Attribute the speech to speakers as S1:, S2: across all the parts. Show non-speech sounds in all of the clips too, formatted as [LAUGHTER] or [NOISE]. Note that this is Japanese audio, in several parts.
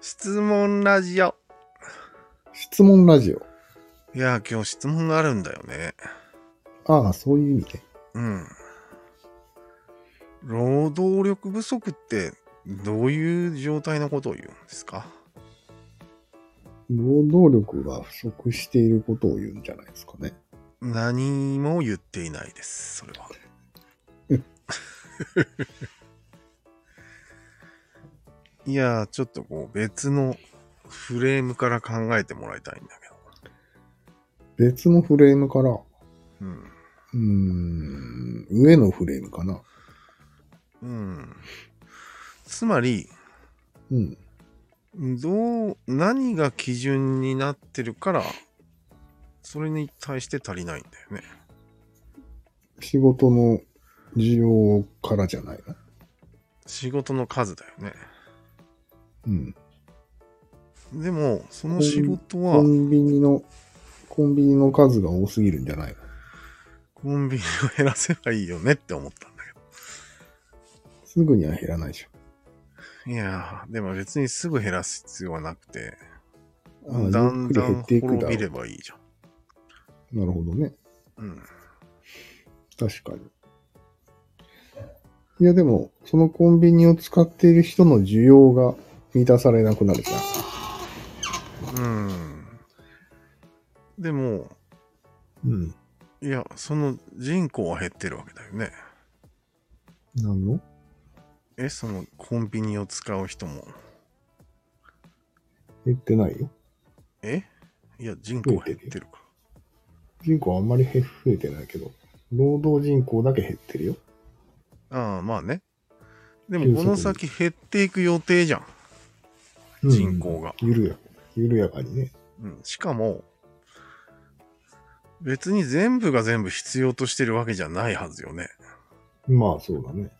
S1: 質問ラジオ。
S2: 質問ラジオ。
S1: いや、今日質問があるんだよね。
S2: ああ、そういう意味で。
S1: うん。労働力不足ってどういう状態のことを言うんですか
S2: 労働力が不足していることを言うんじゃないですかね。
S1: 何も言っていないです、それは。いや、ちょっとこう別のフレームから考えてもらいたいんだ
S2: 別のフレームから、う
S1: けど。うん。
S2: ーん、上のフレームかな。
S1: うん。つまり、
S2: うん。
S1: どう、何が基準になってるから、それに対して足りないんだよね。
S2: 仕事の需要からじゃないの。
S1: 仕事の数だよね。
S2: うん。
S1: でも、その仕事
S2: コ
S1: は、
S2: ンビニの、コンビニの数が多すぎるんじゃないの。
S1: コンビニを減らせばいいよねって思ったんだ
S2: すぐには減らないでし
S1: けど。いやー、でも別にすぐ減らす必要はなくて、
S2: ょ。
S1: だ
S2: ああ
S1: んだん
S2: いく
S1: 滅
S2: だ
S1: び
S2: ろ
S1: れ
S2: う。
S1: ばいいじゃん。
S2: なるほどね。
S1: うん。
S2: 確かに。いや、でも、そのコンビニを使っている人の需要が満たされなくなるじゃん。
S1: うん。でも、
S2: うん。
S1: いや、その人口は減ってるわけだよね。
S2: 何の
S1: え、そのコンビニを使う人も。
S2: 減ってないよ。
S1: えいや、人口減ってるか。
S2: 人口あんまり減増えてないけど、労働人口だけ減ってるよ。
S1: ああ、まあね。でも、この先減っていく予定じゃん。人口が。
S2: 緩や緩やかにね。
S1: うん。しかも、別に全部が全部必要としてるわけじゃないはずよね。
S2: まあそうだね。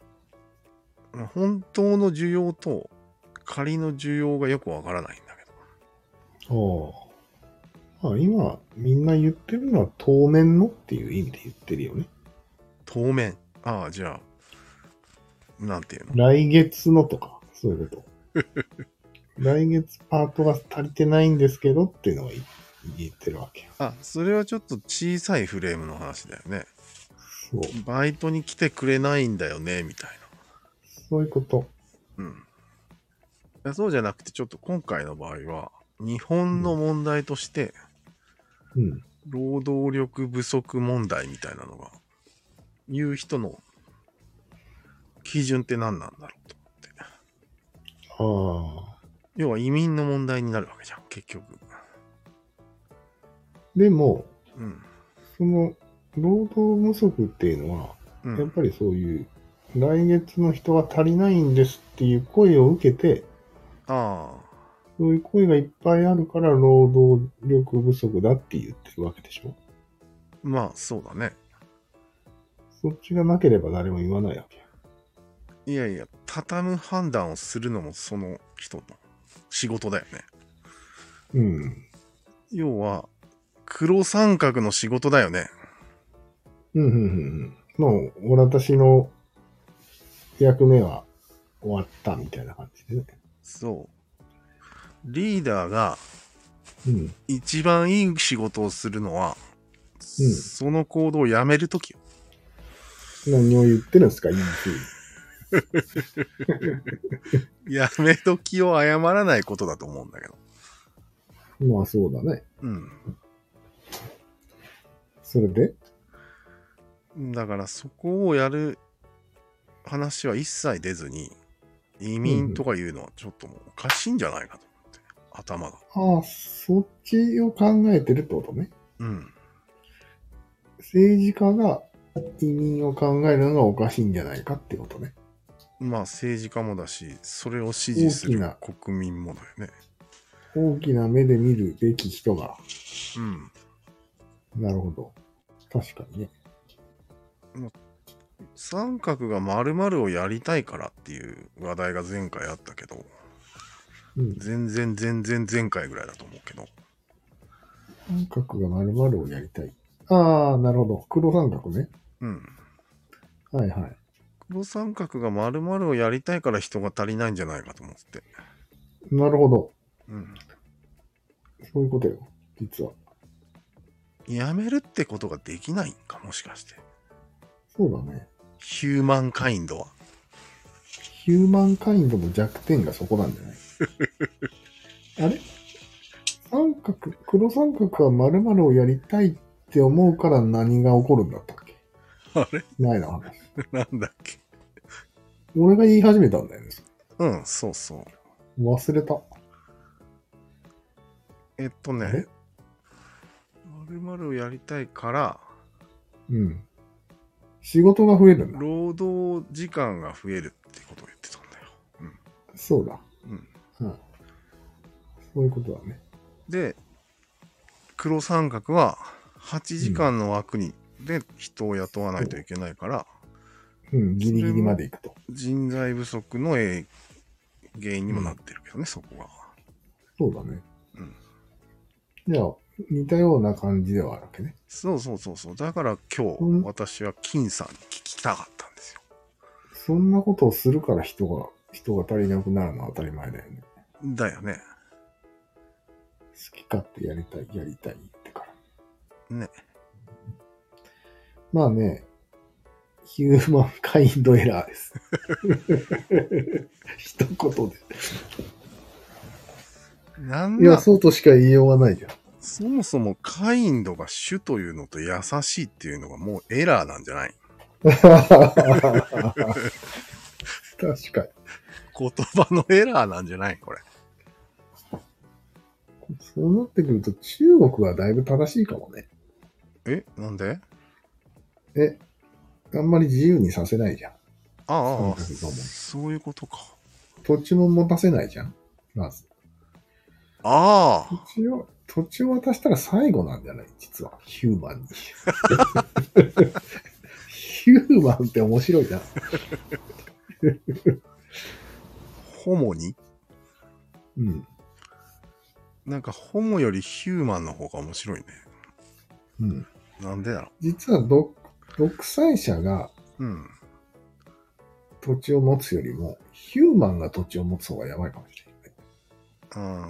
S1: 本当の需要と仮の需要がよくわからないんだけど。
S2: ああ。まあ今、みんな言ってるのは当面のっていう意味で言ってるよね。
S1: 当面。ああ、じゃあ、なんていうの
S2: 来月のとか、そういうこと。 [LAUGHS] 来月パートが足りてないんですけどっていうのが言ってるわけよ。
S1: あ、それはちょっと小さいフレームの話だよね。
S2: そう。
S1: バイトに来てくれないんだよね、みたいな。
S2: そういうこと。
S1: うんいや、そうじゃなくて、ちょっと今回の場合は、日本の問題として、
S2: うん。
S1: 労働力不足問題みたいなのが、言う人の基準って何なんだろうと思って。
S2: ああ。
S1: 要は移民の問題になるわけじゃん、結局。
S2: でも、
S1: うん。
S2: その、労働不足っていうのは、
S1: う
S2: やっ
S1: ん。
S2: ぱりそういう、来月の人が足りないんですっていう声を受けて、
S1: あ
S2: そういう声がいっぱいあるから労働力不足だって言ってるわけでしょ。
S1: あ、まあ、そうだね。
S2: そっちがなければ誰も言わないわけよ。
S1: いやいや、畳む判断をするのもその人の仕事だよね。
S2: うん。
S1: 要は、黒三角の仕事だよね。
S2: うん、うん、うんうん。もう、私の役目は終わったみたいな感じでね。
S1: そう。リーダーが
S2: うん。
S1: 一番いい仕事をするのは、
S2: うん
S1: その行動をやめるときよ。
S2: 何を言ってるんですか、言い
S1: やめときを謝らないことだと思うんだけど。
S2: まあそうだね。
S1: う
S2: それで
S1: ん。だからそこをやる話は一切出ずに、移民とかいうのはちょっともうおかしいんじゃないかと思って。頭が。
S2: ああ、そっちを考えてるってことね。
S1: うん。
S2: 政治家が移民を考えるのがおかしいんじゃないかってことね。
S1: まあ政治家もだし、それを支持する
S2: 大
S1: 国民もだよね。
S2: 大きな目で見るべき人が。
S1: うん。
S2: なるほど。確かにね。
S1: 三角が〇〇をやりたいからっていう話題が前回あったけど、
S2: うん。
S1: 全然全然前回ぐらいだと思うけど、
S2: 三角が丸々をやりたい。ああ、なるほど。黒三角ね。
S1: うん。
S2: はいはい。
S1: 黒三角が〇〇をやりたいから人が足りないんじゃないかと思ってて。
S2: なるほど。
S1: うん。
S2: そういうことよ。実は。
S1: やめるってことができないんか、もしかして。
S2: そうだね。
S1: ヒューマンカインドは。 [LAUGHS]
S2: ヒューマンカインドの弱点がそこなんじ
S1: [LAUGHS]
S2: ゃないあれ三角、黒三角は〇〇をやりたいって思うから何が起こるんだったっけ
S1: あれ
S2: ないな。
S1: なんだっけ
S2: 俺が言い始めたんだよね。
S1: うん、そうそう。
S2: 忘れた。
S1: えっとね
S2: え、
S1: 〇〇をやりたいから、
S2: うん。仕事が増えるんだ。
S1: 労働時間が増えるってことを言ってたんだよ。
S2: そうだ。
S1: うん。
S2: うん。そういうことだね。
S1: で、黒三角は8時間の枠に、で人を雇わないといけないから、
S2: うん。ギリギリまで行くと。
S1: 人材不足のえー原因にもなってるけどね、そこが。
S2: そうだね。
S1: うん。
S2: じゃあ、似たような感じではあるわけね。
S1: そうそうそうそう。だから今日、
S2: うん
S1: 私は金さんに聞きたかったんですよ。
S2: そんなことをするから人が、人が足りなくなるのは当たり前だよね。
S1: だよね。
S2: 好き勝手やりたい、やりたいってから。
S1: ね。
S2: まあね、ヒューマンカインドエラーです。一言で。
S1: なん
S2: いや、
S1: だ
S2: そうとしか言いようがないじゃん。
S1: そもそもカインドが主というのと優しいっていうのがもうエラーなんじゃない
S2: 確かに。
S1: 言葉のエラーなんじゃないこれ。
S2: そうなってくると、中国はだいぶ正しいかもね。
S1: えなんで
S2: え、あんまり自由にさせないじゃん。
S1: ああああ、
S2: そうそうそう
S1: そういうことか。
S2: 土地も持たせないじゃん。まず。
S1: ああ、
S2: 土地を、土地を渡したら最後なんじゃない実は。ヒューマンに。ヒューマンって面白いな。
S1: ホモに
S2: うん。
S1: なんかホモよりヒューマンの方が面白いね。
S2: うん。
S1: なんでだろ
S2: 実は独、独裁者が
S1: う。うん。
S2: 土地を持つよりも、ヒューマンが土地を持つ方がやばいかもしれない。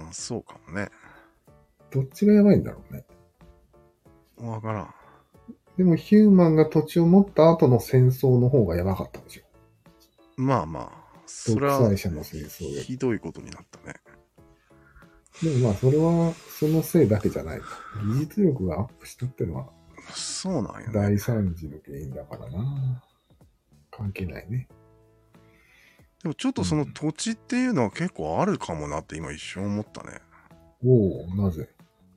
S1: ああ、そうかもね。
S2: どっちがやばいんだろうね。
S1: わからん。
S2: でもヒューマンが土地を持った後の戦争の方がやばかったんでしょ。
S1: まあまあ、それ
S2: 独
S1: は
S2: 裁者の戦争より。
S1: ひどいことになったね。
S2: でもまあそれはそのせいだけじゃない。技術力がアップしたってのは
S1: そうなんよね。
S2: 大惨事の原因だからな。関係ないね。
S1: でもちょっとそうの
S2: ん
S1: 土地っていうのは結構あるかもなって今一瞬思ったね。
S2: おお、なぜ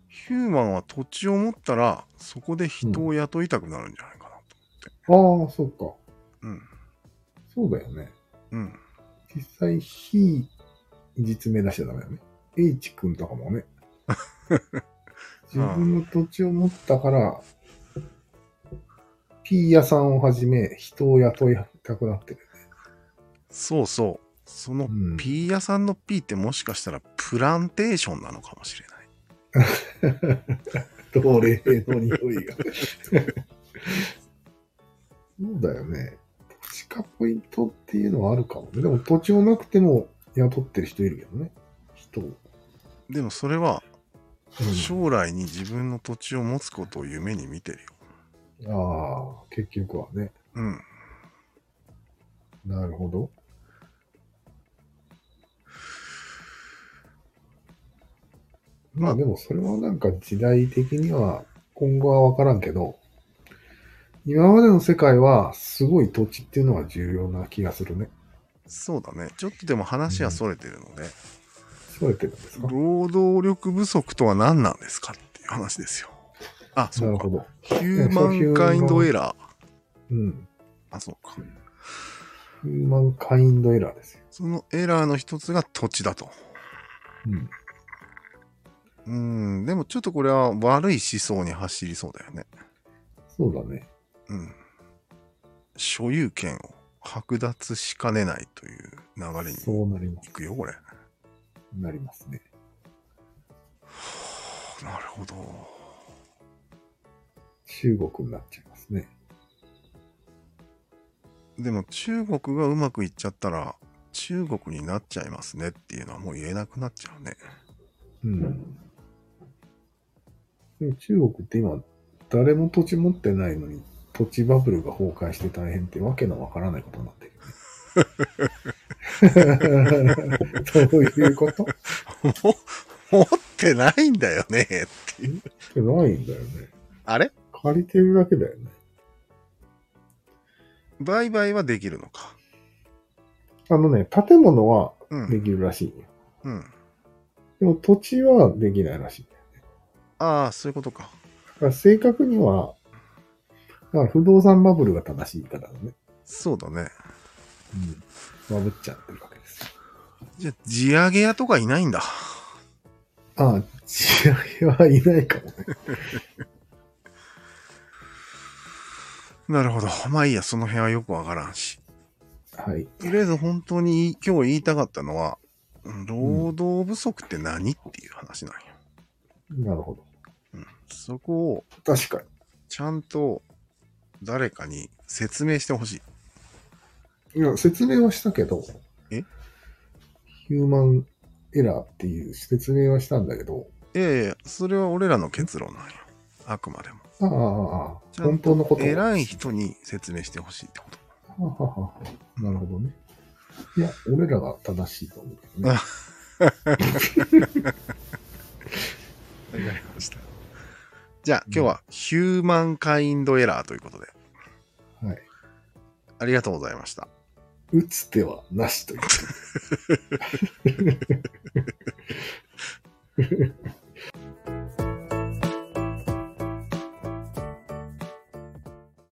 S1: ヒューマンは土地を持ったら、そこで人を雇いたくなるんじゃないかなと。
S2: ああ、そっか。
S1: うん。
S2: そうだよね。
S1: うん。
S2: 実際、非実名出しちゃダメだね。H 君とかもね。自分の土地を持ったから、P 屋さんをはじめ、人を雇いたくなってる。
S1: そうそう。その
S2: うん、
S1: ピー屋さんの P ってもしかしたらプランテーションなのかもしれない。
S2: [LAUGHS] 奴隷の匂いが。そうだよね。土地かポイントっていうのはあるかもね。でも土地もなくても雇ってる人いるけどね。人を。
S1: でもそれは
S2: う
S1: 将来に自分の土地を持つことを夢に見てるよ。
S2: ん、ああ、結局はね。
S1: うん。
S2: なるほど。まあでもそれはなんか時代的には今後はわからんけど、今までの世界はすごい土地っていうのは重要な気がするね。
S1: そうだね。ちょっとでも話はそれてるので、
S2: それてるんですか
S1: 労働力不足とは何なんですかっていう話ですよ。あ、
S2: な
S1: そ
S2: る
S1: うか
S2: ほ。ど。
S1: ヒューマンカインドエラ
S2: [LAUGHS]
S1: ー。
S2: うん。
S1: あ、そうか。
S2: ヒューマンカインドエラーですよ。
S1: そのエラーの一つが土地だと。
S2: うん。
S1: うん。でもちょっとこれは悪い思想に走りそうだよね。
S2: そうだね。
S1: うん、所有権を剥奪しかねないという流れに
S2: そうなります。
S1: 行くよ、これ。
S2: なりますね。
S1: なるほど。
S2: 中国になっちゃいますね。
S1: でも中国がうまくいっちゃったら、中国になっちゃいますねっていうのはもう言えなくなっちゃうね。 [LAUGHS]
S2: うん。でも中国って今、誰も土地持ってないのに、土地バブルが崩壊して大変ってわけのわからないことになって
S1: [LAUGHS]
S2: [LAUGHS] る。どういうこと
S1: も持ってないんだよねっていう。
S2: ないんだよね。
S1: あれ
S2: 借りてるだけだよね。
S1: 売買はできるのか。
S2: あのね、建物は
S1: う
S2: で
S1: ん。
S2: きるらしいよ。
S1: うん。
S2: でも土地はできないらしい。
S1: ああ、そういうことか。
S2: だから正確には、だから不動産バブルが正しいからね。
S1: そうだね。
S2: うん。バブっちゃってるわけです。
S1: じゃあ、地上げ屋とかいないんだ。
S2: ああ、地上げはいないかもね。
S1: なるほど。まあいいや、その辺はよくわからんし。
S2: はい。
S1: とりあえず本当に今日言いたかったのは、うん労働不足って何っていう話なんよ。
S2: なるほど。
S1: うん。そこを
S2: 確かに。
S1: ちゃんと誰かに説明してほしい。
S2: いや、説明はしたけど、
S1: え
S2: ヒューマンエラーっていう説明はしたんだけど、
S1: いやいや、それは俺らの結論なんよ。あくまでも。
S2: ああ、ああああ、本当のことを
S1: 偉い人に説明してほしいってこと。
S2: ははははなるほどね。いや、俺らが正しいと思うけどね。
S1: わかりました。じゃあ、今日はヒューマンカインドエラーということで、
S2: はい。
S1: ありがとうございました。
S2: 打つ手はなしという。